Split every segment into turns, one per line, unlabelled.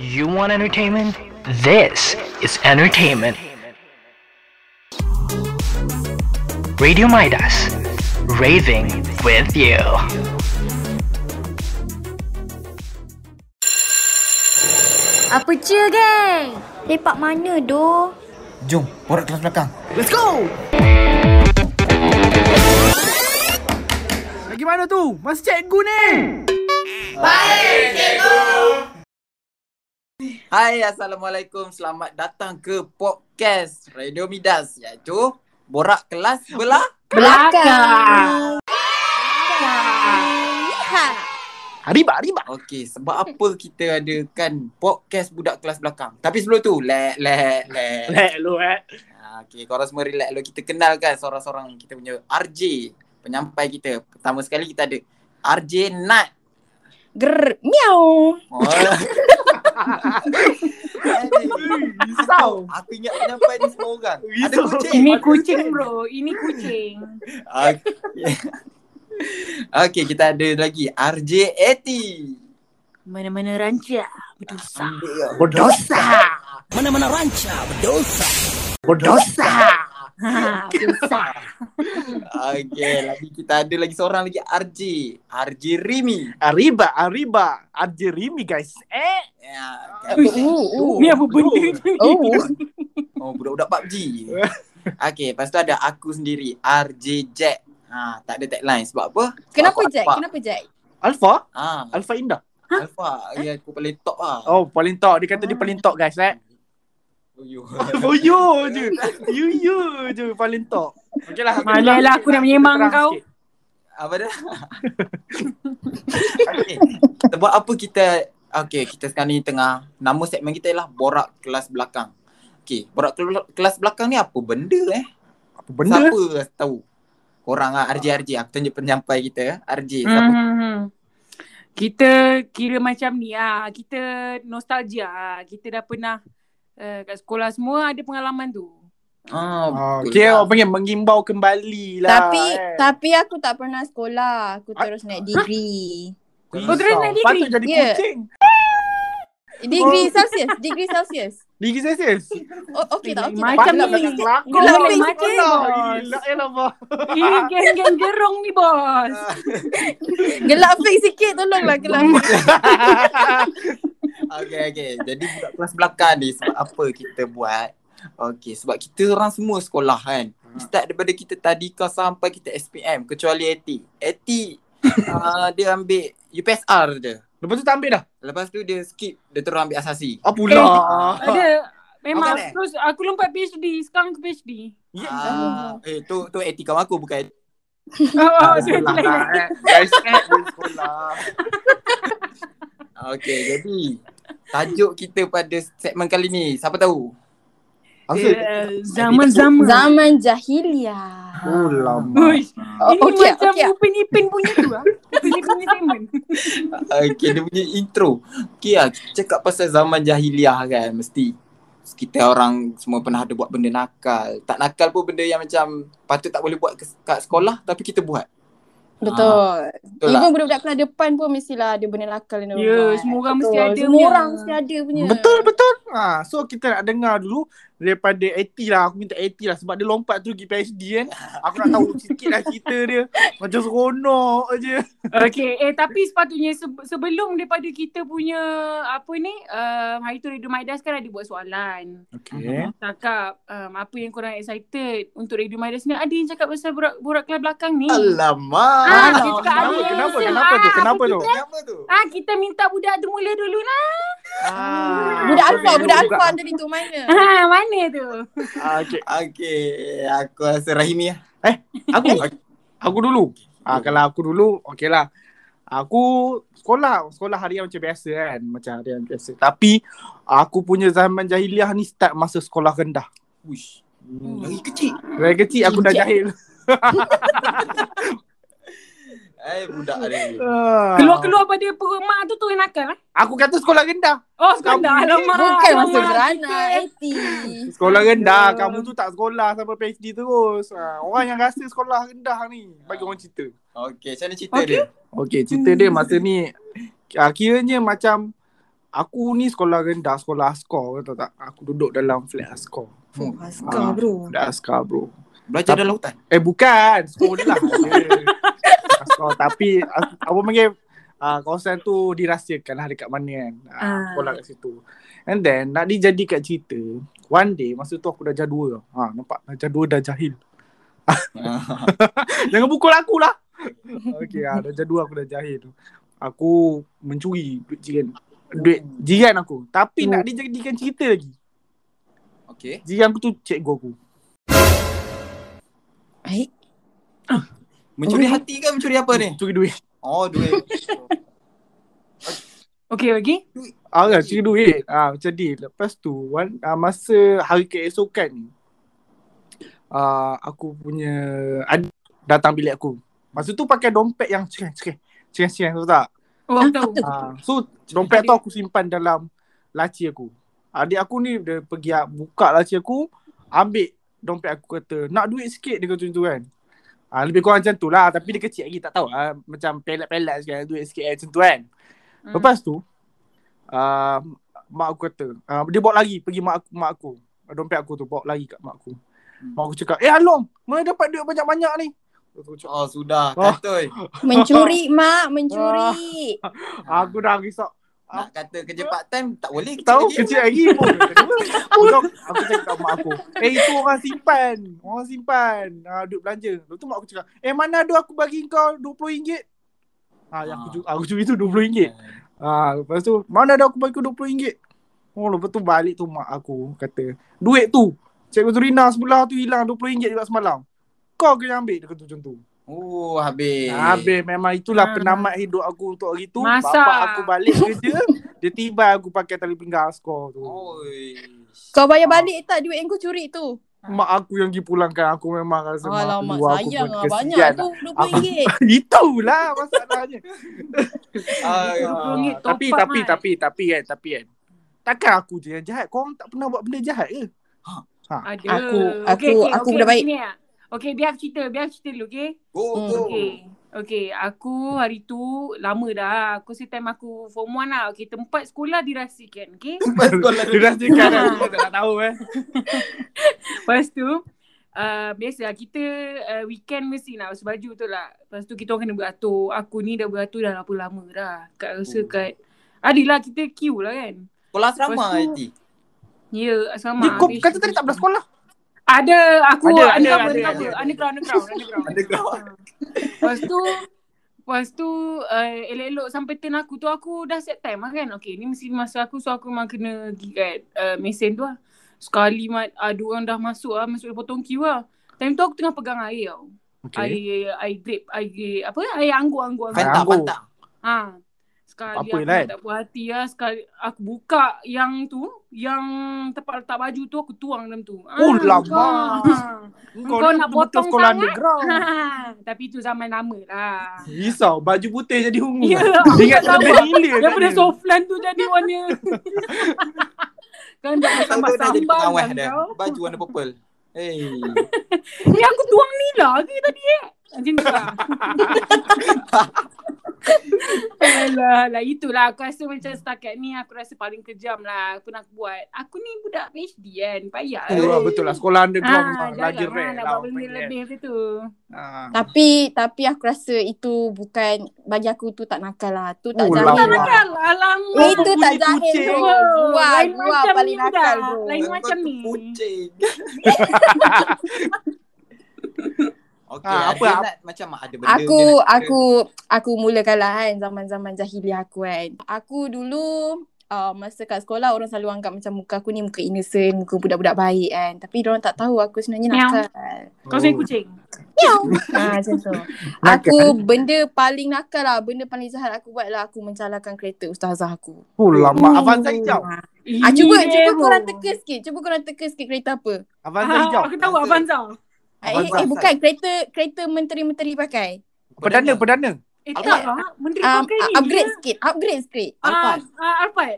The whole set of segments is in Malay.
You want entertainment? This is entertainment. Radio Midas, raving with you.
Apa cia, geng? Lepak mana, doh?
Jom, borak kelas belakang.
Lagi mana tu? Masa cikgu ni.
Hai, Assalamualaikum. Selamat datang ke podcast Radio Midas iaitu Borak Kelas Belah.
Belakang.
Riba, riba.
Okey, sebab apa kita adakan podcast Budak Kelas Belakang? Tapi sebelum tu, lek, lek, lek.
Lek lu eh.
Ah, Okey, korang semua relax dulu. Kita kenalkan seorang-seorang kita punya RJ, penyampai kita. Pertama sekali kita ada RJ Nat.
Grr, miau.
Oh. Risau. Aku ingat penyampai ni semua orang. Ada
Risau.
kucing.
Ini kucing bro, ini kucing.
Okay. okay, kita ada lagi RJ80.
Mana-mana ranca berdosa.
Berdosa. Mana-mana ranca berdosa. Berdosa.
Ha, berdosa.
Okay, lagi kita ada lagi seorang lagi RJ. RJ Rimi.
Arriba, arriba. Arje Rimi guys. Eh.
Ya,
Oh,
Ni apa benda tu?
Oh.
Oh, budak-budak PUBG. Okay, lepas tu ada aku sendiri, RJ Jack. Ha, tak ada tagline sebab apa? Sebab
Kenapa
aku
Jack?
Alpha.
Kenapa Jack?
Alfa,
Ha,
Alfa Indah.
Alpha. Ya, aku paling top lah.
Oh, paling top. Dia kata dia paling top guys eh.
Oh, You.
Boyo je. You you je paling top. Okeylah. aku
Malah lah aku nak menyemang
terang
kau.
sikit.
Apa dah? okay. Sebab apa kita Okay, kita sekarang ni tengah Nama segmen kita ialah Borak Kelas Belakang Okay, Borak kel- Kelas Belakang ni apa benda eh?
Apa benda?
Siapa rasa tahu? Korang lah, RJ-RJ Aku tunjuk penyampai kita RJ, siapa?
Hmm. Kita kira macam ni ah, kita nostalgia. ah. Kita dah pernah uh, kat sekolah semua ada pengalaman tu.
Ah,
Ah,
betul
Okay,
lah.
orang panggil mengimbau kembali lah.
Tapi
eh.
tapi aku tak pernah sekolah. Aku
Ah.
terus naik degree.
Kau Oh, terus naik degree?
Patut jadi
Ya.
kucing.
Oh.
Degree Celsius, degree Celsius.
Degree Celsius.
Oh, okey tak okey. tak?
Macam
Gelap
ni.
belakang kelakor.
Gelap
Gelap
macam ni, ya bos.
Gila ya elah bos.
Ini geng-geng gerong ni bos.
Gelap fake sikit tolonglah gelap.
Okay, okay Jadi budak kelas belakang ni Sebab apa kita buat Okay, sebab kita orang semua sekolah kan Start daripada kita tadika sampai kita SPM Kecuali Eti Eti uh, Dia ambil UPSR dia
Lepas tu tak ambil dah.
Lepas tu dia skip Dia terus ambil asasi
Ah pula.
Eh,
Ada memang
eh?
Apa ni?
aku terus aku lompat PhD, sekarang ke PhD.
Ya,
Ah, eh tu tu etika aku bukan
Oh, oh, so
Sekolah
itu lain.
lah, eh. Guys, eh, dari sekolah.
Okey, jadi tajuk kita pada segmen kali ni siapa tahu?
Eh, Zaman-zaman.
Zaman jahiliah.
Oh, lama.
Uish,
Oh,
ini
okey,
macam
okey.
Upin Ipin punya tu lah. Upin Ipin Entertainment.
Okey, dia punya intro. Okey lah, cakap pasal zaman jahiliah kan, mesti kita orang semua pernah ada buat benda nakal. Tak nakal pun benda yang macam patut tak boleh buat kes- kat sekolah tapi kita buat.
Betul.
Betul
Even
lah.
budak-budak kelas depan pun mestilah ada benda nakal yang
Ya, semua orang mesti ada
Semua
punya.
orang mesti ada punya.
Betul betul. Ha, so kita nak dengar dulu daripada AT lah. Aku minta AT lah sebab dia lompat tu pergi PhD kan. Aku nak tahu sikit lah cerita dia. Macam seronok je.
Okay, eh tapi sepatutnya se- sebelum daripada kita punya apa ni, uh, hari tu Radio Midas kan ada buat soalan.
Okay.
Cakap um, apa yang korang excited untuk Radio Midas ni. Ada yang cakap pasal borak, borak kelas belakang ni.
Alamak.
Ah,
Alah,
kita
kenapa,
ada
kenapa, kenapa
usul.
tu?
Ah,
Kenapa tu?
Kenapa tu?
Ah, kita minta budak tu mula dulu lah.
Ah,
Budak
boleh
Alfa, budak
juga.
Alfa tadi tu mana?
Ah, mana tu?
Ah, okay.
Okey, aku rasa Rahimi lah.
Aku aku dulu. Ah kalau aku dulu okeylah. Aku sekolah, sekolah harian macam biasa kan, macam harian biasa. Tapi aku punya zaman jahiliah ni start masa sekolah rendah.
Uish.
Hmm.
Lagi kecil.
Dari kecil aku dah jahil.
Eh, budak dia.
Ah.
Keluar-keluar pada perut mak tu tu yang nakal eh?
Aku kata sekolah rendah.
Oh, sekolah. Alamak.
Bukan masa
alamak.
beranak,
Kita-
Eti.
Sekolah rendah,
Ya.
kamu tu tak sekolah sampai PhD terus. Ha, orang yang rasa sekolah rendah ni bagi orang cerita.
Okey, macam mana cerita
Okey.
dia?
Okey, cerita dia masa ni ah, kiranya macam Aku ni sekolah rendah, sekolah askar kau tahu tak? Aku duduk dalam flat askar.
Fuh,
Ah,
askar bro.
Flat askar bro.
Hmm. Belajar dalam hutan.
Eh bukan, sekolah. askar tapi as- apa panggil Uh, kawasan tu dirahsiakan lah dekat mana kan uh,
Ah.
Sekolah kat situ And then nak dijadikan cerita One day masa tu aku dah jadual ha, Nampak dah jadual dah jahil
Ah.
Jangan pukul aku lah Okay ah, dah jadual aku dah jahil Aku mencuri duit jiran Duit
Hmm.
jiran aku Tapi nak dijadikan cerita lagi
Okey.
Jiran aku tu cikgu aku
Baik.
Mencuri hati ke mencuri apa ni?
Curi duit
Oh, duit.
Okay, okay.
Ah, kan, curi duit ah, Macam ni Lepas tu one, ah, Masa hari keesokan ni ah, Aku punya adik Datang bilik aku Masa tu pakai dompet yang cereng-cereng Cereng-cereng tahu tak
Oh, aku tahu.
Ah, so dompet tu aku simpan dalam laci aku. Adik aku ni dia pergi ah, buka laci aku, ambil dompet aku kata, "Nak duit sikit," dia kata macam tu kan. Ah, lebih kurang macam tu lah Tapi dia kecil lagi tak tahu ah, Macam pelat-pelat sikit Duit sikit eh, macam tu kan
Hmm.
Lepas tu ah, Mak aku kata ah, Dia bawa lari pergi mak aku, mak aku Dompet aku tu bawa lari kat mak aku Mak aku cakap Eh Along Mana dapat duit banyak-banyak ni Aku cakap,
Oh, sudah.
Oh.
Katoi.
Mencuri mak, mencuri.
Aku dah risau
Nak kata kerja part time tak boleh. kerja
Tahu
lagi.
kecil lagi pun Aku tahu- Aku cakap kat mak aku Eh itu orang simpan Orang simpan ah, Duit belanja Lepas tu mak aku cakap Eh mana ada aku bagi kau RM20 ah, yang aku, ju- aku curi tu RM20 ah, Lepas tu Mana ada aku bagi kau RM20 Oh lepas tu balik tu mak aku Kata Duit tu Cikgu Turina sebelah tu hilang RM20 juga semalam Kau kena ambil Dia kata macam tu
Oh, habis.
Habis memang itulah
Ah.
penamat hidup aku untuk hari tu
Masak.
Bapak aku balik kerja Dia tiba aku pakai tali pinggang skor tu
Oh. Oi.
Kau bayar balik tak duit yang kau curi tu?
Mak aku yang pergi pulangkan aku memang rasa mak
Alamak,
kedua
sayang
pun
lah.
kesian
Banyak tu, RM20.
Itulah masalahnya. Ah,
Ay,
tapi
RM20 top up,
tapi
Mai.
tapi tapi kan, tapi kan. Takkan aku je yang jahat. Korang tak pernah buat benda jahat ke?
Aku-
Ada. Okey,
aku-
okey,
aku
okey,
dah baik.
sini, ah. Okey, biar aku cerita, biar aku cerita dulu, okey?
Go,
Hmm,
go.
Okey. Okey, aku hari tu lama dah. Aku si time aku form 1 lah. Okey, tempat sekolah dirahsiakan, okey?
Lepas sekolah
Dia dah cakap kan, aku tak nak tahu eh.
Lepas tu uh, Biasalah kita uh, Weekend mesti nak basuh baju tu lah Lepas tu kita orang kena beratur Aku ni dah beratur dah berapa lama dah Kat rasa
Oh.
kat Adilah kita queue lah kan
Sekolah asrama,
Lepas tu-
Eti.
Ya yeah, sama
Dia kau kata tadi tak pernah sekolah.
Ada aku
Ada,
ada,
ada,
undercover,
ada,
undercover,
ada.
underground, underground, underground,
Underground.
Lepas tu Lepas tu uh, elok-elok sampai turn aku tu aku dah set time lah kan. Okay ni mesti masa aku so aku memang kena pergi kat uh, mesin tu lah. Sekali mat, uh, dua orang dah masuk lah, masuk dia potong queue lah. Time tu aku tengah pegang air tau. air air grape air grape apa air anggur anggur anggur.
Fanta,
Anggur.
Fanta.
Ha.
Apa
Sekali aku
lah, kan?
tak puas hati lah. Sekali aku buka yang tu, yang tempat letak baju tu aku tuang dalam tu. Ah,
Oh, lama.
kau. Kau,
ni betul-betul
nak potong
sekolah
sangat.
underground.
Ha. Tapi tu zaman lama lah.
Risau baju putih jadi ungu.
Ya,
Yeah.
aku
Ingat
tak tahu.
tak ada hilir.
Daripada soflan tu jadi warna. kan
Tambah
dah
dah jadi
sambal-sambal
pengawal
lah
dah.
kau.
Baju warna purple. Hey.
Ni aku tuang ni lah ke tadi eh? Macam tu lah. Alah, lah itulah aku rasa macam setakat ni aku rasa paling kejam lah aku nak buat. Aku ni budak PhD kan, payah.
Oh, betul lah sekolah underground memang
jarang
lagi
lah
rare
nak
lah.
buat benda lebih macam tu.
Ah.
Tapi tapi aku rasa itu bukan bagi aku tu tak nakal lah. Tu tak
Oh,
jahil
lama.
lah.
Nakal, alamak.
Oh,
Itu tak
bunyi
jahil
kucing.
bro.
Oh,
Wah,
lain
wah
macam
paling
ni
nakal
dah.
bro.
Lain macam ni.
Kucing. Okey,
Ah,
apa,
apa-
apa, macam ada benda
Aku
dia nak
aku aku mulakan lah kan zaman-zaman jahiliah aku kan. Aku dulu uh, masa kat sekolah orang selalu anggap macam muka aku ni muka innocent, muka budak-budak baik kan. Tapi orang tak tahu aku sebenarnya
Meow.
nakal.
Kau sayang
Oh,
kucing.
ha, macam tu.
Nakal.
Aku benda paling nakal lah, benda paling jahat aku buat lah aku mencalakan kereta ustazah aku.
Oh lama Avanza hijau.
Ah, cuba
Ye,
cuba
bro.
korang teka sikit. Cuba korang teka sikit kereta apa.
Avanza
Ah,
hijau.
Aku tahu Avanza.
Eh, eh, eh bukan kereta kereta menteri-menteri pakai.
Perdana perdana.
Eh
Apa?
tak lah. Menteri
Um,
pakai
uh,
ni.
upgrade sikit, upgrade sikit.
Ah, ah, Alphard.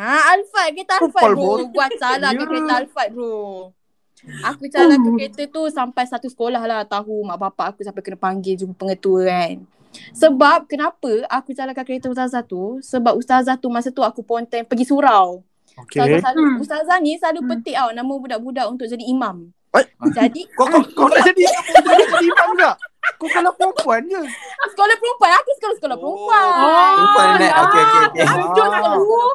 Ah, Alphard kereta
Oh,
Alphard
Paul
bro. Gua salah
Ya.
ke kereta Alphard bro. Aku calar ke kereta tu sampai satu sekolah lah tahu mak bapak aku sampai kena panggil jumpa pengetua kan. Sebab kenapa aku jalankan kereta ustazah tu? Sebab ustazah tu masa tu aku ponteng pergi surau. Okay.
Okay.
Ustazah, selalu,
Hmm.
ustazah ni selalu
Hmm.
petik tau nama budak-budak untuk jadi imam.
Eh?
Jadi
Kau kau kau nak jadi kau nak jadi imam juga. Kau kalau perempuan je.
sekolah perempuan, aku sekolah-sekolah
Oh.
perempuan.
Perempuan ni.
Oh,
Okey, okey, okey.
Aku
Aku
jodoh aku.
sekolah-sekolah
Dah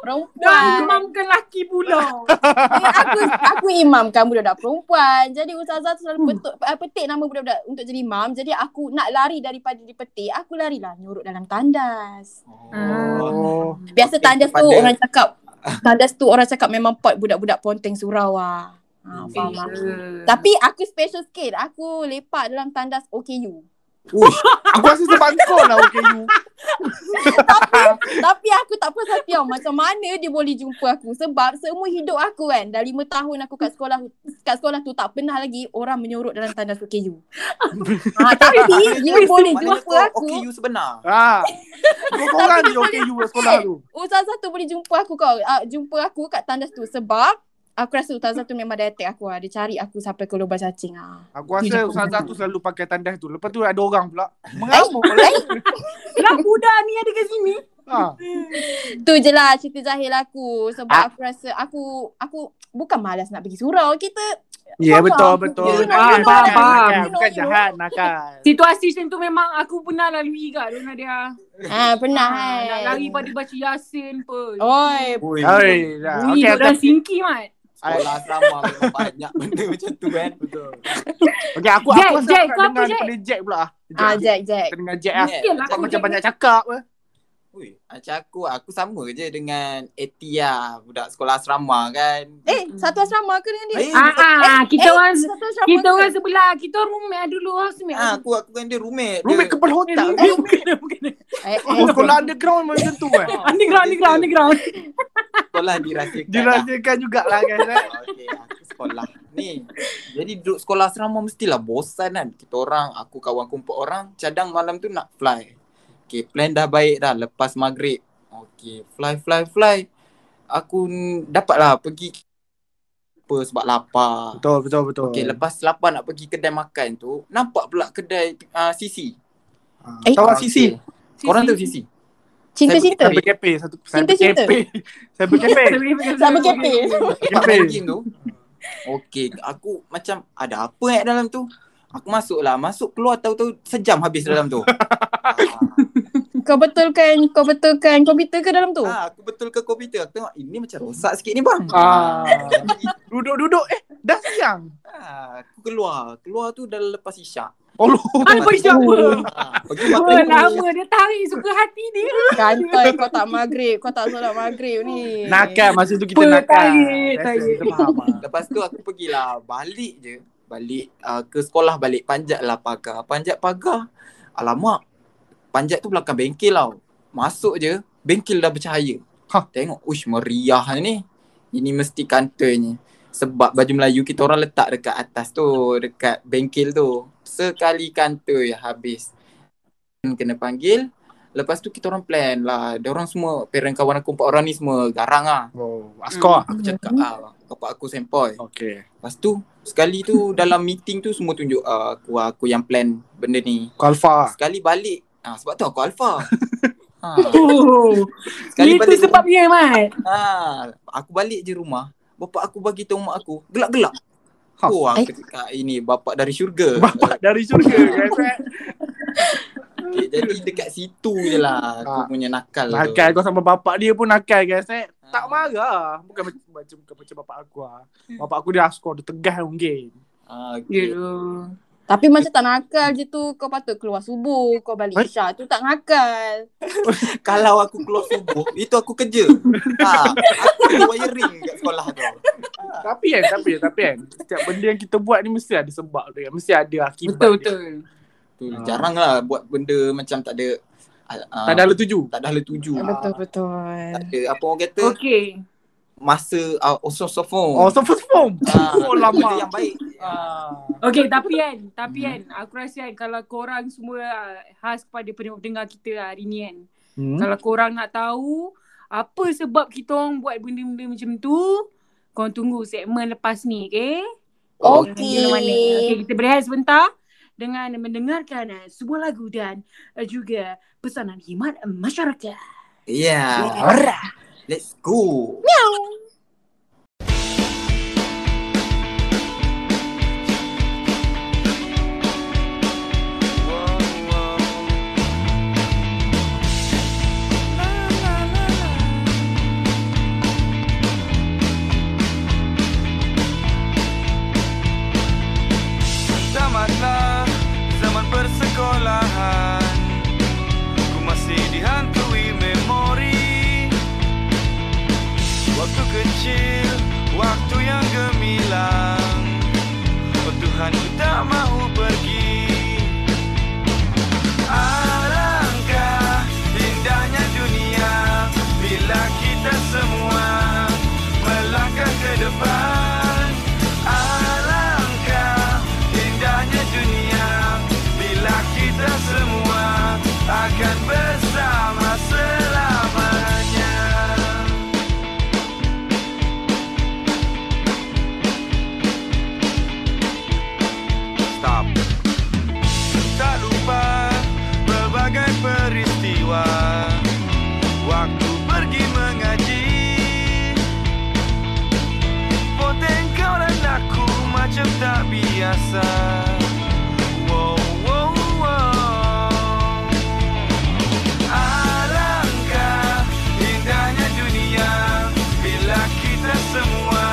perempuan.
imamkan laki pula.
Eh, aku aku imamkan budak-budak perempuan. Jadi ustazah tu selalu petuk, eh, petik nama budak-budak untuk jadi imam. Jadi aku nak lari daripada dipetik, aku larilah nyorok dalam tandas.
Oh.
Biasa
Okey,
tandas tu
pandai.
orang cakap tandas tu orang cakap memang pot budak-budak ponteng surau ah. Ha,
Hmm.
faham ah. Tapi aku special sikit. Aku lepak dalam tandas OKU.
Uish, aku rasa sebangkol lah OKU.
Tapi aku tak puas hati tau macam mana dia boleh jumpa aku sebab semua hidup aku kan dah lima tahun aku kat sekolah kat sekolah tu tak pernah lagi orang menyorok dalam tandas OKU. ha, tapi dia boleh
Maknanya
jumpa
kau
aku.
okey you sebenar.
Ha. Kau korang je OKU kat sekolah tu.
Ustazah tu boleh jumpa aku kau uh, jumpa aku kat tandas tu sebab aku rasa ustazah tu memang dia attack aku lah. Dia cari aku sampai ke lubang cacing ah.
Aku rasa ustazah tu selalu pakai tandas tu. Lepas tu ada orang pula. Mengamuk pula.
Eh,
Lah budak ni ada kat sini.
Ha.
tu je lah cerita jahil aku sebab
Ah.
aku rasa aku aku bukan malas nak pergi surau. Kita Faham,
Ya yeah, betul
faham.
betul.
You know,
Ah,
you know, you
faham,
know,
faham.
you know, you
Bukan
know.
jahat nakal.
Situasi macam tu memang aku pernah lalui kat Dona dia.
ha, pernah
Ah, Nak
kan.
lari pada baca Yasin pun.
Oh.
Oi,
Ui.
Oi, dah. Okey,
Ui, okay,
okay,
dah singki mat.
Sekolah asrama memang banyak benda macam tu kan. Betul.
okay, aku
Jack,
aku rasa
Jack,
aku
kau
nak
apa,
dengar
Jack?
daripada Jack pula. ah.
Ah, Jack, Jack.
Kita dengar Jack lah.
Jack.
Yelah
Jack
aku
macam
jaga-
banyak cakap eh.
Kan? Ui, macam aku, aku sama je dengan Etia, budak sekolah asrama kan.
Eh, satu asrama ke dengan dia?
Eh,
Ah, ah, kita orang
satu asrama
kita
ke?
orang sebelah, kita orang rumit dulu lah semik.
Ah, aku aku dengan dia roommate.
Rumit
Dia-
kepala
Eh,
otak.
rumit bukan bukan.
Eh,
Oh,
eh,
sekolah underground memang macam tu eh.
Underground, underground, underground.
sekolah dirahsiakan. lah.
Dirahsiakan jugalah guys. eh.
Okey, Ah, aku sekolah. Ni. Jadi duduk sekolah asrama mestilah bosan kan. Kita orang, aku kawan kumpul orang, cadang malam tu nak fly. Okey, plan dah baik dah lepas maghrib. Okey, fly fly fly. Aku n- dapatlah pergi apa sebab lapar.
Betul, betul, betul.
Okey, lepas lapar nak pergi kedai makan tu, nampak pula kedai uh, sisi.
Ah,
Eh.
Tahu okay. sisi? Korang tahu sisi?
Cinta-cinta.
Cyber cafe satu cyber
Cinta-cinta.
cafe. Cyber cafe.
Sama kepe.
Tempat
Cafe.
main game tu. Okey, aku macam ada apa eh dalam tu? Aku masuk lah. Masuk keluar tahu-tahu sejam habis dalam tu. Ah,
Kau betulkan, kau betulkan komputer ke dalam tu?
ah, aku betul ke komputer? Aku tengok ini macam rosak sikit ni bang.
Ah. Duduk-duduk eh dah siang.
Ah, aku keluar. Keluar tu dah lepas isyak.
Oh,
Apa isyak apa?
Ah, pergi
Oh,
makan
lama dia tarik suka hati dia.
Kantai kau tak maghrib, kau tak solat maghrib ni.
Nakal masa tu kita
Apa,
nakal.
tarik,
Biasa,
tarik.
kita faham, ah.
Lepas tu aku pergilah balik je. Balik uh, ke sekolah balik panjat lah pagar. Panjat pagar. Alamak. Panjat tu belakang bengkel tau. Masuk je. Bengkel dah bercahaya.
Hah.
Tengok. Uish meriah ni. Ini mesti kantornya. Sebab baju Melayu kita orang letak dekat atas tu. Dekat bengkel tu. Sekali kantor ya habis. Kena panggil. Lepas tu kita orang plan lah. Dia orang semua, parent kawan aku empat orang ni semua garang lah.
Oh, askor.
Aku cakap ah, bapak aku sempoi.
Okey.
Lepas tu sekali tu dalam meeting tu semua tunjuk uh, aku aku yang plan benda ni.
Hmm. Kalfa.
Sekali balik ah sebab tu aku alfa. ha.
Oh,
Sekali
itu
balik
sebabnya mat.
ha. aku balik je rumah, bapak aku bagi tahu mak aku, gelak-gelak.
Ha.
Oh,
Eh.
aku cakap ini bapak dari syurga.
Bapak dari syurga guys. eh.
Okay, jadi dekat situ je lah aku
Ha.
punya nakal. tu.
Nakal kau sama bapak dia pun nakal guys eh. Tak
Ah.
marah. lah. Bukan macam macam bukan macam bapak aku ah.
Hmm.
Bapak aku dia askor, dia tegas mungkin.
Ah, okay.
Yeah.
Tapi macam tak nakal je tu, kau patut keluar subuh, kau balik
Eh?
isyak tu tak nakal.
Kalau aku keluar subuh, itu aku kerja. Ha, aku ada wiring kat sekolah tu.
Tapi kan, tapi kan, tapi kan. Setiap benda yang kita buat ni mesti ada sebab dia. Mesti ada akibat.
Betul
dia.
betul.
Tu
Ah.
jarang lah buat benda macam tak ada ah,
Tak ada ala tuju.
tak dah letuju.
Ah,
Ya, betul betul.
Tak ada apa orang kata
Okey.
masa uh, ososofon.
Oh, so first form.
Ah,
Oh,
benda
lama. Ah.
yang baik.
Okey tapi kan, tapi
Hmm.
kan aku rasa kan kalau korang semua ah, khas kepada pendengar kita hari ni kan.
Hmm.
Kalau korang nak tahu apa sebab kita orang buat benda-benda macam tu, korang tunggu segmen lepas ni, okey?
Okey.
Okey, kita berehat sebentar. dengan mendengarkan uh, sebuah lagu dan uh, juga pesanan himat masyarakat.
Yeah.
Alright.
Ya, Let's go.
Ya.
Tamatlah zaman persekolahan Ku masih dihantui memori Waktu kecil, waktu yang gemilang Oh Tuhan ku tak mahu pergi Alangkah indahnya dunia Bila kita semua melangkah ke depan Alangkah indahnya dunia Bila kita semua akan bersama selamanya stop Tak lupa berbagai peristiwa Waktu pergi mengaji Poteng kau dan aku macam tak biasa Wow, wow, wow Alangkah indahnya dunia bila kita semua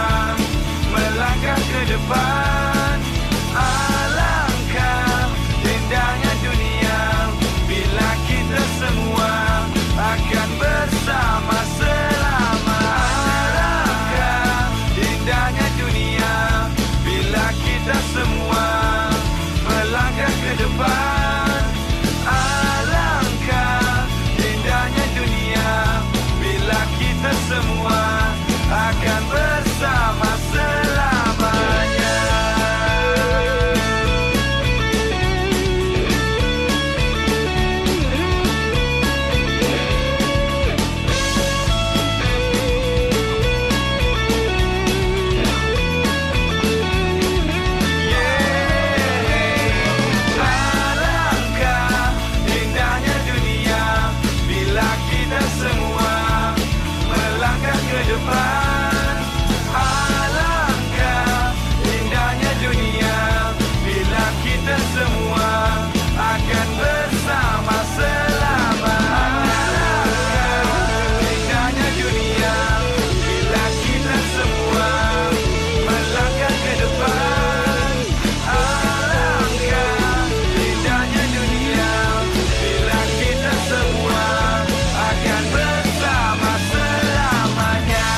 melangkah ke depan. Alangkah indahnya dunia bila kita semua akan bersama selama. Alangkah indahnya dunia bila kita semua melangkah ke depan. Alangkah indahnya dunia bila kita semua akan bersama selamanya. Alangkah indahnya dunia bila kita semua melangkah ke depan. Alangkah indahnya dunia bila kita semua akan bersama selama. Alangkah indahnya dunia bila kita semua melangkah ke depan. Alangkah indahnya dunia bila kita semua akan bersama selamanya.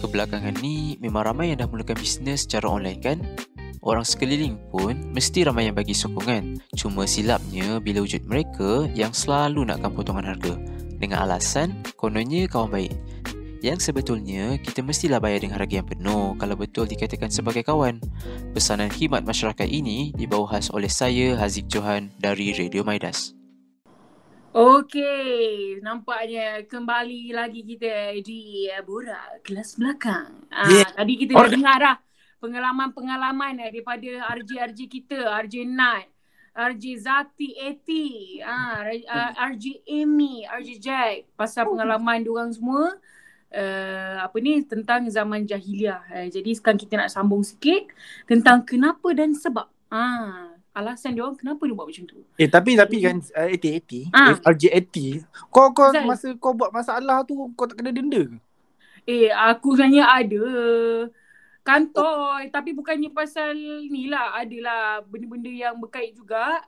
Kebelakangan ni memang ramai yang dah mulakan bisnes secara online kan? Orang sekeliling pun mesti ramai yang bagi sokongan. Cuma silapnya bila wujud mereka yang selalu nakkan potongan harga. Dengan alasan kononnya kawan baik. Yang sebetulnya kita mestilah bayar dengan harga yang penuh kalau betul dikatakan sebagai kawan. Pesanan khidmat masyarakat ini dibawa khas oleh saya Haziq Johan dari Radio Maidas.
Okey, nampaknya kembali lagi kita di uh, Borak Kelas Belakang. Ah,
Yeah.
Tadi kita dah dengar dah pengalaman-pengalaman eh, daripada RJ-RJ kita, RJ Nat, RJ Zati Eti, ah, R- ah, RJ Amy, RJ Jack. Pasal pengalaman diorang semua, uh, apa ni, tentang zaman jahiliah. Eh, jadi sekarang kita nak sambung sikit tentang kenapa dan sebab. Ah, alasan diorang kenapa dia buat macam tu.
Eh tapi tapi kan uh, 80 80 ah.
Ah.
RJ80 kau kau
Zai.
masa kau buat masalah tu kau tak kena denda ke?
Eh, aku sebenarnya ada
Oh.
kantoi tapi bukannya pasal ni lah. Adalah benda-benda yang berkait juga.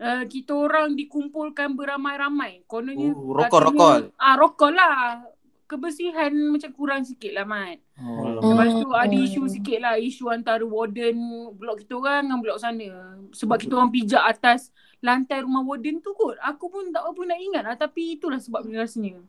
Uh, kita orang dikumpulkan beramai-ramai. Kononnya
Oh, rokol-rokol.
katanya- Ah, rokol lah. Kebersihan macam kurang sikit lah, Mat.
Oh.
Lepas tu
Hmm.
ada isu sikit lah. Isu antara warden blok kita orang dengan blok sana. Sebab kita orang pijak atas lantai rumah warden tu kot. Aku pun tak apa nak ingat lah. Tapi itulah sebabnya rasanya.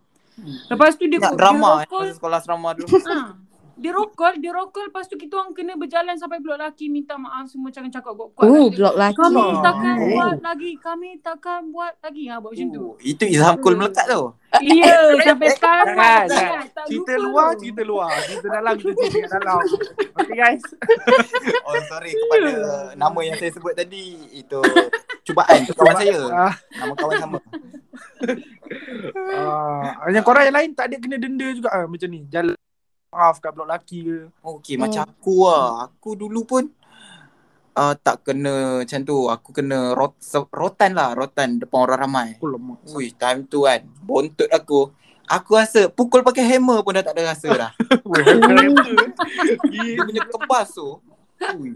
Lepas tu dia
Hmm. Nak
dia
drama eh
rokol.
masa sekolah serama dulu.
Ha. Dia rokol, dia rokol lepas tu kita orang kena berjalan sampai blok laki minta maaf semua jangan cakap kuat-kuat.
Oh,
Kata,
blok laki.
Kami
Oh.
takkan
Oh.
buat lagi, kami takkan buat lagi. Ha, buat macam tu.
Oh, itu Izhamkul melekat tu.
Ya, sampai sekarang.
Jangan,
tak
jangan.
ingat, tak
Cerita
lupa.
luar, cerita luar. Cerita dalam, kita cerita dalam. Okay guys.
Oh sorry kepada nama yang saya sebut tadi. Itu cubaan tu kawan saya.
Ah,
Nama kawan sama.
ah, yang korang yang lain tak ada kena denda juga ah, macam ni. Jalan maaf kat blok laki ke.
Okey macam aku lah. Aku dulu pun uh, tak kena macam tu. Aku kena rot, se- rotan lah. Rotan depan orang ramai.
Aku Oh, lemak.
Ui time tu kan. Bontot aku. Aku rasa pukul pakai hammer pun dah tak ada rasa dah.
Weh, kereta.
Dia punya kebas tu. Ui.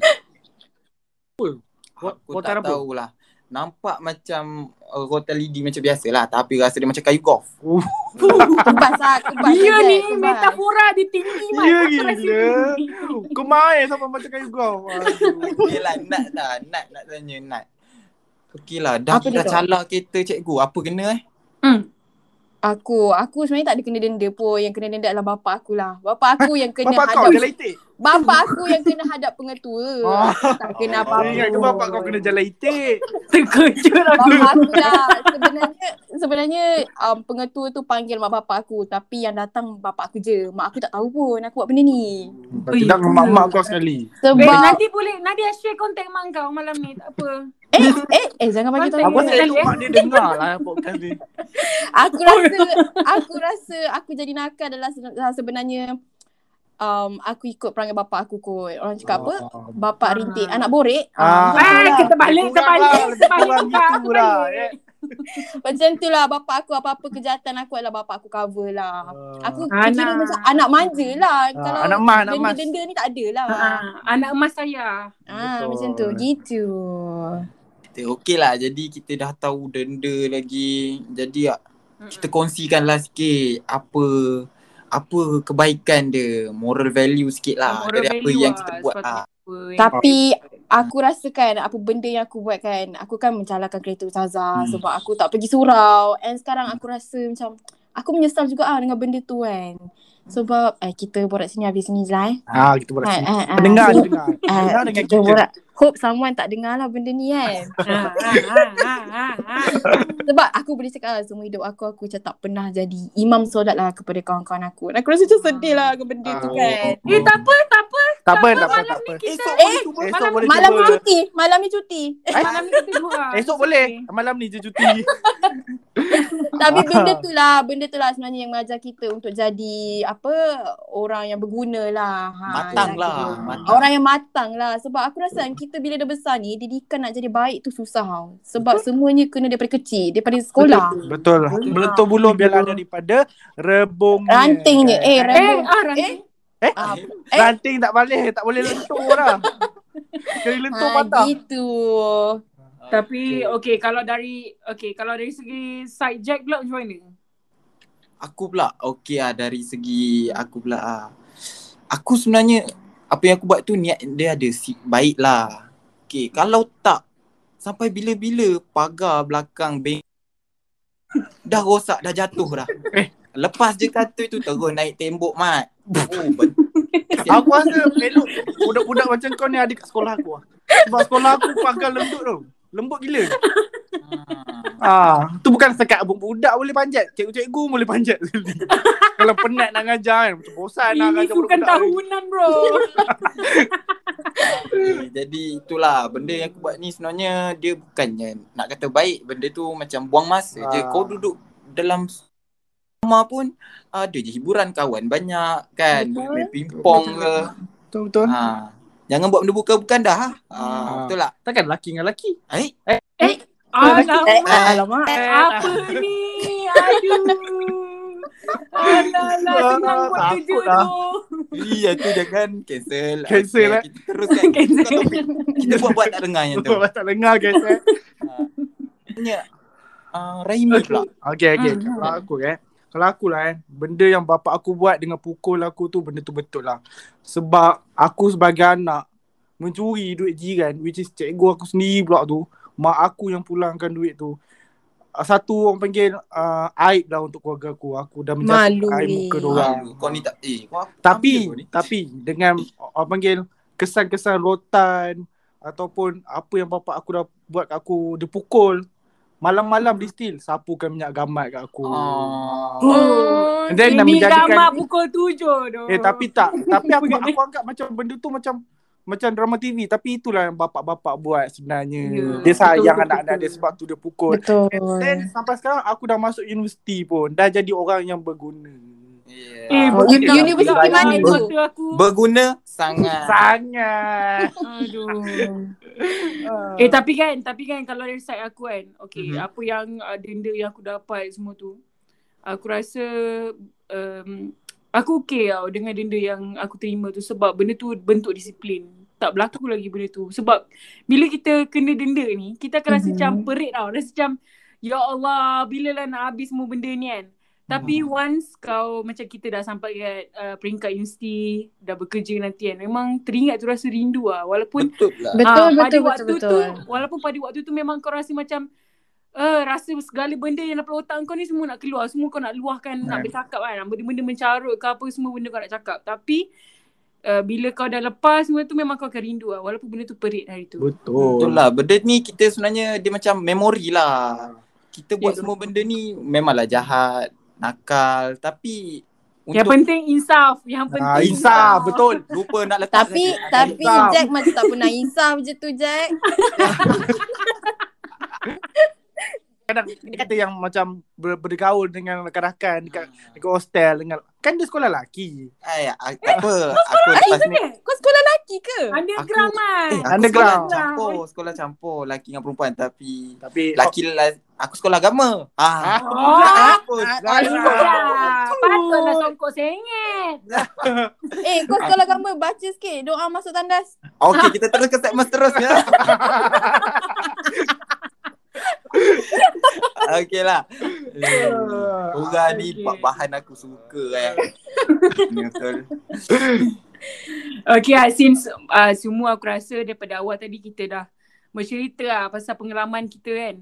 Rot-
Aku
rotan
tak
apa?
tahulah. Nampak macam uh, rotan lidi macam biasa lah. Tapi rasa dia macam kayu golf.
Kebas lah, kebas.
Ya
je,
ni
kebas.
metafora dia tinggi Mat.
Ya,
Aku rasa
gila.
tinggi.
Kau main sampai macam kayu kau. Aduh.
Yelah Nat lah Nat nak tanya Nat Okey lah Dah,
Apa dia
dah
tu?
calak kereta cikgu Apa kena eh
Hmm.
Aku, aku sebenarnya tak ada kena denda pun. Yang kena denda adalah bapak aku lah. Bapak aku yang kena
Bapak kau
hadap.
jalan itik.
Bapak aku yang kena hadap pengetua.
Oh.
Aku tak kena
Kau
apa-apa.
ingat ke bapak kau kena jalan itik?
Terkejut aku.
Bapak aku lah. Sebenarnya sebenarnya um, pengetua tu panggil mak bapak aku. Tapi yang datang bapak aku je. Mak aku tak tahu pun aku buat benda ni.
Kita dengan mak-mak kau sekali.
Weh,
Sebab
nanti boleh Nadia share kontak mak kau malam ni tak apa.
eh eh eh jangan bagi tahu.
Aku
Aku,
rasa elok mak dia dengar lah podcast ni.
aku rasa aku rasa aku jadi nakal adalah se- sebenarnya um, aku ikut perangai bapak aku kot. Orang cakap apa?
Ah.
Bapak rintik anak borek.
Ah.
Ah. macam tu lah.
Ah, kita balik,
Lebih
kita
kurang
balik,
lah,
kita
lebih
balik
kurang
kita
gitu lah, eh.
Macam tu lah bapak aku apa-apa kejahatan aku adalah bapak aku cover lah. Aku
Anak.
kira macam anak manja lah.
Ah,
Kalau
anak mas, anak mas.
denda-denda ni tak ada lah.
Ah, anak emas saya.
Ah,
Betul.
macam tu. Gitu.
Kita Okey lah Jadi kita dah tahu Denda lagi Jadi ah, Kita kongsikan lah sikit Apa Apa kebaikan dia Moral value sikit
Ah,
lah
Moral
Dari apa
value
yang
lah,
kita buat
sebab-
lah
Apa-
Tapi aku rasakan apa benda yang aku buat kan. Aku kan mencalakan kereta Ustazah
Hmm.
hmm. sebab aku tak pergi surau. And sekarang aku rasa macam aku menyesal juga ah dengan benda tu kan. Sebab eh kita borak sini habis sini lah eh.
Ah, kita borak
Ah,
sini.
ah, ah.
Dengar,
So,
dengar.
ah,
Dengar dengan
kita
kita.
borak. Hope someone tak dengar lah benda ni kan.
Ah, ah, ah, ah, ah, ah.
Sebab aku boleh cakap lah, semua hidup aku, aku macam tak pernah jadi imam solat lah kepada kawan-kawan aku. Dan aku rasa macam sedih lah dengan benda tu
Ah.
kan.
Eh tak apa, tak apa.
Tak apa, tak
Tak
apa,
malam
tak apa.
ni kita
Esok
Eh,
boleh
Esok boleh
Malam ni
cuba.
cuti. Malam ni cuti.
malam ni kita ah. dua.
Esok boleh. Malam ni je cuti.
Tapi
Ah.
benda tu lah, benda tu lah sebenarnya yang mengajar kita untuk jadi apa orang yang berguna lah. Ha,
Matang
Ah,
yang-
lah Matang
Orang yang matang lah Sebab aku rasa kan kita bila dah besar ni Didikan nak jadi baik tu susah tau Sebab semuanya kena daripada kecil Daripada sekolah
Betul. Meletup bulu biarlah daripada rebung.
Rantingnya Eh
Eh,
rambut
ah, Ranti.
ah,
Eh. Ranting tak balik, tak boleh lentur lah. Sekali lentur
ha,
patah.
Gitu
Tapi okay kalau dari okay kalau dari segi side jack pula macam mana?
Aku pula okey ah dari segi aku pula ah. Aku sebenarnya apa yang aku buat tu niat dia ada si, baik lah. Okey, kalau tak sampai bila-bila pagar belakang bank dah rosak dah jatuh dah. Lepas je kata tu terus naik tembok mat. Oh, ben-
Aku rasa elok budak-budak macam kau ni ada kat sekolah aku lah. Sebab sekolah aku pagar lembut tu. Lembut gila. Ah, tu bukan sekat budak boleh panjat. Cikgu-cikgu boleh panjat. Kalau penat nak ngajar kan, macam bosan nak
Ini
ngajar
bukan tahunan bro.
Okay, jadi itulah benda yang aku buat ni sebenarnya dia bukannya nak kata baik benda tu macam buang masa je
Ah.
kau duduk dalam rumah pun ah, ada je hiburan kawan banyak kan
Betul.
main pingpong ke
Betul betul.
ha jangan buat benda bukan-bukan dah ha, ha
Ah.
betul tak
Takkan laki dengan laki.
eh
Ah, Alamak.
eh, Alamak
Apa ni? Aduh. Alah, alah, senang buat
Takut
kerja
lah.
tu.
iya tu jangan cancel
Cancel,
Okey,
eh.
kita teruskan
Cancel.
Kau tahu, kita buat buat tak dengar yang tu
Betul tak dengar guys eh.
tanya uh, Rahimi pula
Okay okay.
Hmm.
Kalau aku eh. Kalau aku lah eh, benda yang bapak aku buat dengan pukul aku tu benda tu betul lah. Sebab aku sebagai anak mencuri duit jiran which is cikgu aku sendiri pula tu. Mak aku yang pulangkan duit tu. uh, satu orang panggil uh, aib dah untuk keluarga aku. Aku dah menjatuhkan
Malu
air
ni.
muka diorang.
Aduh, kau ni tak eh kau apa-
Tapi
apa ni?
tapi dengan orang panggil kesan-kesan rotan ataupun apa yang bapak aku dah buat kat aku dia pukul malam-malam dia still sapukan minyak gamat kat aku.
Ah.
Oh,
And then dah
ini
menjadikan-
gambar pukul tujuh tu.
Eh tapi tak tapi aku aku anggap macam benda tu macam macam drama TV tapi itulah yang bapak-bapak buat sebenarnya.
Ya,
Yeah. Dia sayang
betul, betul,
anak-anak dia
betul.
sebab tu dia pukul.
Betul.
Then sampai sekarang aku dah masuk universiti pun dah jadi orang yang berguna. Ah,
Yeah.
Eh,
Oh,
betul.
uni- universiti
Betul.
mana tu?
Waktu aku.
Berguna sangat.
Sangat.
Aduh. Eh tapi kan tapi kan kalau dari side aku kan okay
Mhm.
mm-hmm. apa yang uh, denda yang aku dapat semua tu aku rasa um, aku okay tau dengan denda yang aku terima tu sebab benda tu bentuk disiplin tak berlaku lagi benda tu sebab bila kita kena denda ni kita akan rasa
Mhm.
macam perit tau rasa macam ya Allah bila lah nak habis semua benda ni kan tapi once kau macam kita dah sampai kat uh, peringkat universiti dah bekerja nanti kan memang teringat tu rasa rindu lah walaupun
Betul lah.
Betul,
Ah,
betul,
pada
betul,
waktu
betul.
tu walaupun pada waktu tu memang kau rasa macam uh, rasa segala benda yang dalam otak kau ni semua nak keluar semua kau nak luahkan nak bercakap kan nak benda-benda mencarut ke apa semua benda kau nak cakap tapi uh, bila kau dah lepas semua tu memang kau akan rindu lah walaupun benda tu perit hari tu
Betul.
Betul lah. Benda ni kita sebenarnya dia macam memori lah. Kita buat
Ya,
semua benda ni memanglah jahat, nakal tapi
yang penting insaf yang
Ah,
penting
Insaf, betul.
lupa nak letak
Tapi
saja.
tapi
Insaf.
Jack macam tak pernah insaf je tu Jack.
Kadang dia kata yang macam ber, bergaul dengan rakan-rakan dekat,
Ah.
dekat hostel dengan kan dia sekolah lelaki.
Ay, ah, tak apa. Aku lepas ni
Kau sekolah lelaki ke?
Eh, underground lah.
eh,
man
aku sekolah
Underground.
campur, sekolah campur lelaki dengan perempuan tapi
Tapi
lelaki la- aku sekolah agama. Ah.
Oh,
Apa?
Alah, patutlah songkok sengit.
Eh kau sekolah agama baca sikit doa masuk tandas.
Okey, kita terus ke segmen seterusnya. Okey lah. Eh, Orang ni buat bahan aku suka eh. Ya, Betul.
Okay, ah, since uh, semua aku rasa daripada awal tadi kita dah bercerita lah pasal pengalaman kita kan.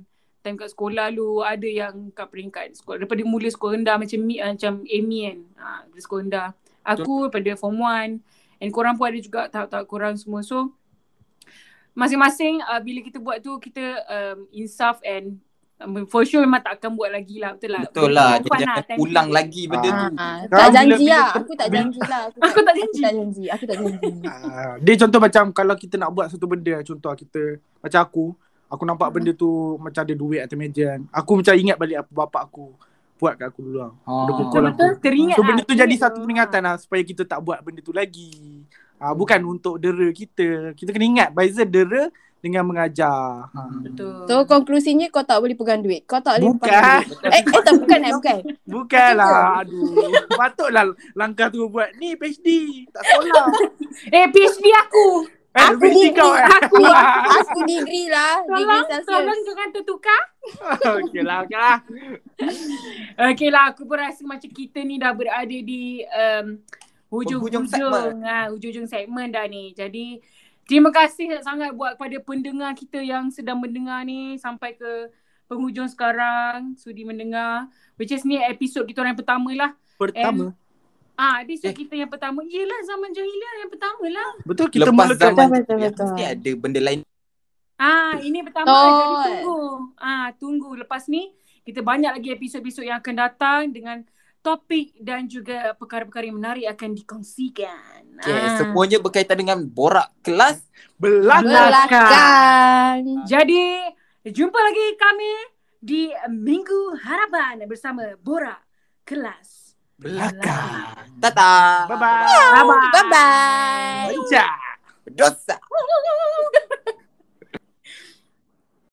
Time kat sekolah lu ada yang kat peringkat sekolah. Daripada mula sekolah rendah macam Mi, ah, macam Amy kan. Uh, dari sekolah rendah. Aku daripada form 1 and korang pun ada juga tahap-tahap korang semua. So masing-masing uh, bila kita buat tu kita um, insaf and um, for sure memang tak akan buat lagi lah. Betul lah.
Betul lah.
Benda
Dia
tu fun lah,
jangan
time tu.
ulang lagi benda tu.
Ah,
Sekarang
tak janji
bila-
lah.
bila-
Aku tak
bila-
janji lah.
Aku tak janji.
Aku tak janji. Aku tak janji.
Ah, dia contoh macam kalau kita nak buat satu benda contoh lah kita macam aku aku nampak benda tu macam ada duit atas meja kan aku macam ingat balik apa bapak aku buat kat aku dulu lah. Dia pukul
Ah.
aku.
Betul-betul teringat
So benda
lah,
tu jadi
teringat
satu peringatan lah supaya kita tak buat benda tu lagi. Ah bukan untuk dera kita. Kita kena ingat Baizer dera dengan mengajar. Ha.
Betul.
So konklusinya kau tak boleh pegang duit. Kau tak boleh
Bukan.
pegang duit. Eh, eh tak bukan eh bukan.
Bukanlah. Aduh. Patutlah langkah tu buat. Ni PhD. Tak sekolah.
Eh, PhD aku.
Eh,
Aku degree.
PhD kau eh.
Aku aku degree lah. Degree
Tolong,
sosial.
tolong jangan tertukar.
Okey lah. Okey lah.
Okay lah, aku pun rasa macam kita ni dah berada di um, hujung-hujung
Penghujung segmen.
ha, hujung-hujung segmen dah ni. Jadi, terima kasih sangat buat kepada pendengar kita yang sedang mendengar ni sampai ke penghujung sekarang. Sudi mendengar. Which is ni episod kita orang yang pertama lah.
Pertama.
Ah, episod
Eh.
kita yang pertama. Yelah, zaman jahiliah yang pertama lah.
Betul kita
Lepas
mulakan.
zaman
Betul,
dia
betul.
mesti ada benda lain.
Ah, ini pertama
Betul.
jadi tunggu. Ah, tunggu lepas ni kita banyak lagi episod-episod yang akan datang dengan topik dan juga perkara-perkara yang menarik akan dikongsikan. Ah.
Okay, semuanya berkaitan dengan borak kelas.
Belakang.
Belakang.
Jadi, jumpa lagi kami di Minggu Harapan bersama Bora Kelas.
Belakang. Tata.
Bye-bye.
Bye-bye.
Bye bye.
Bye.
Berdosa.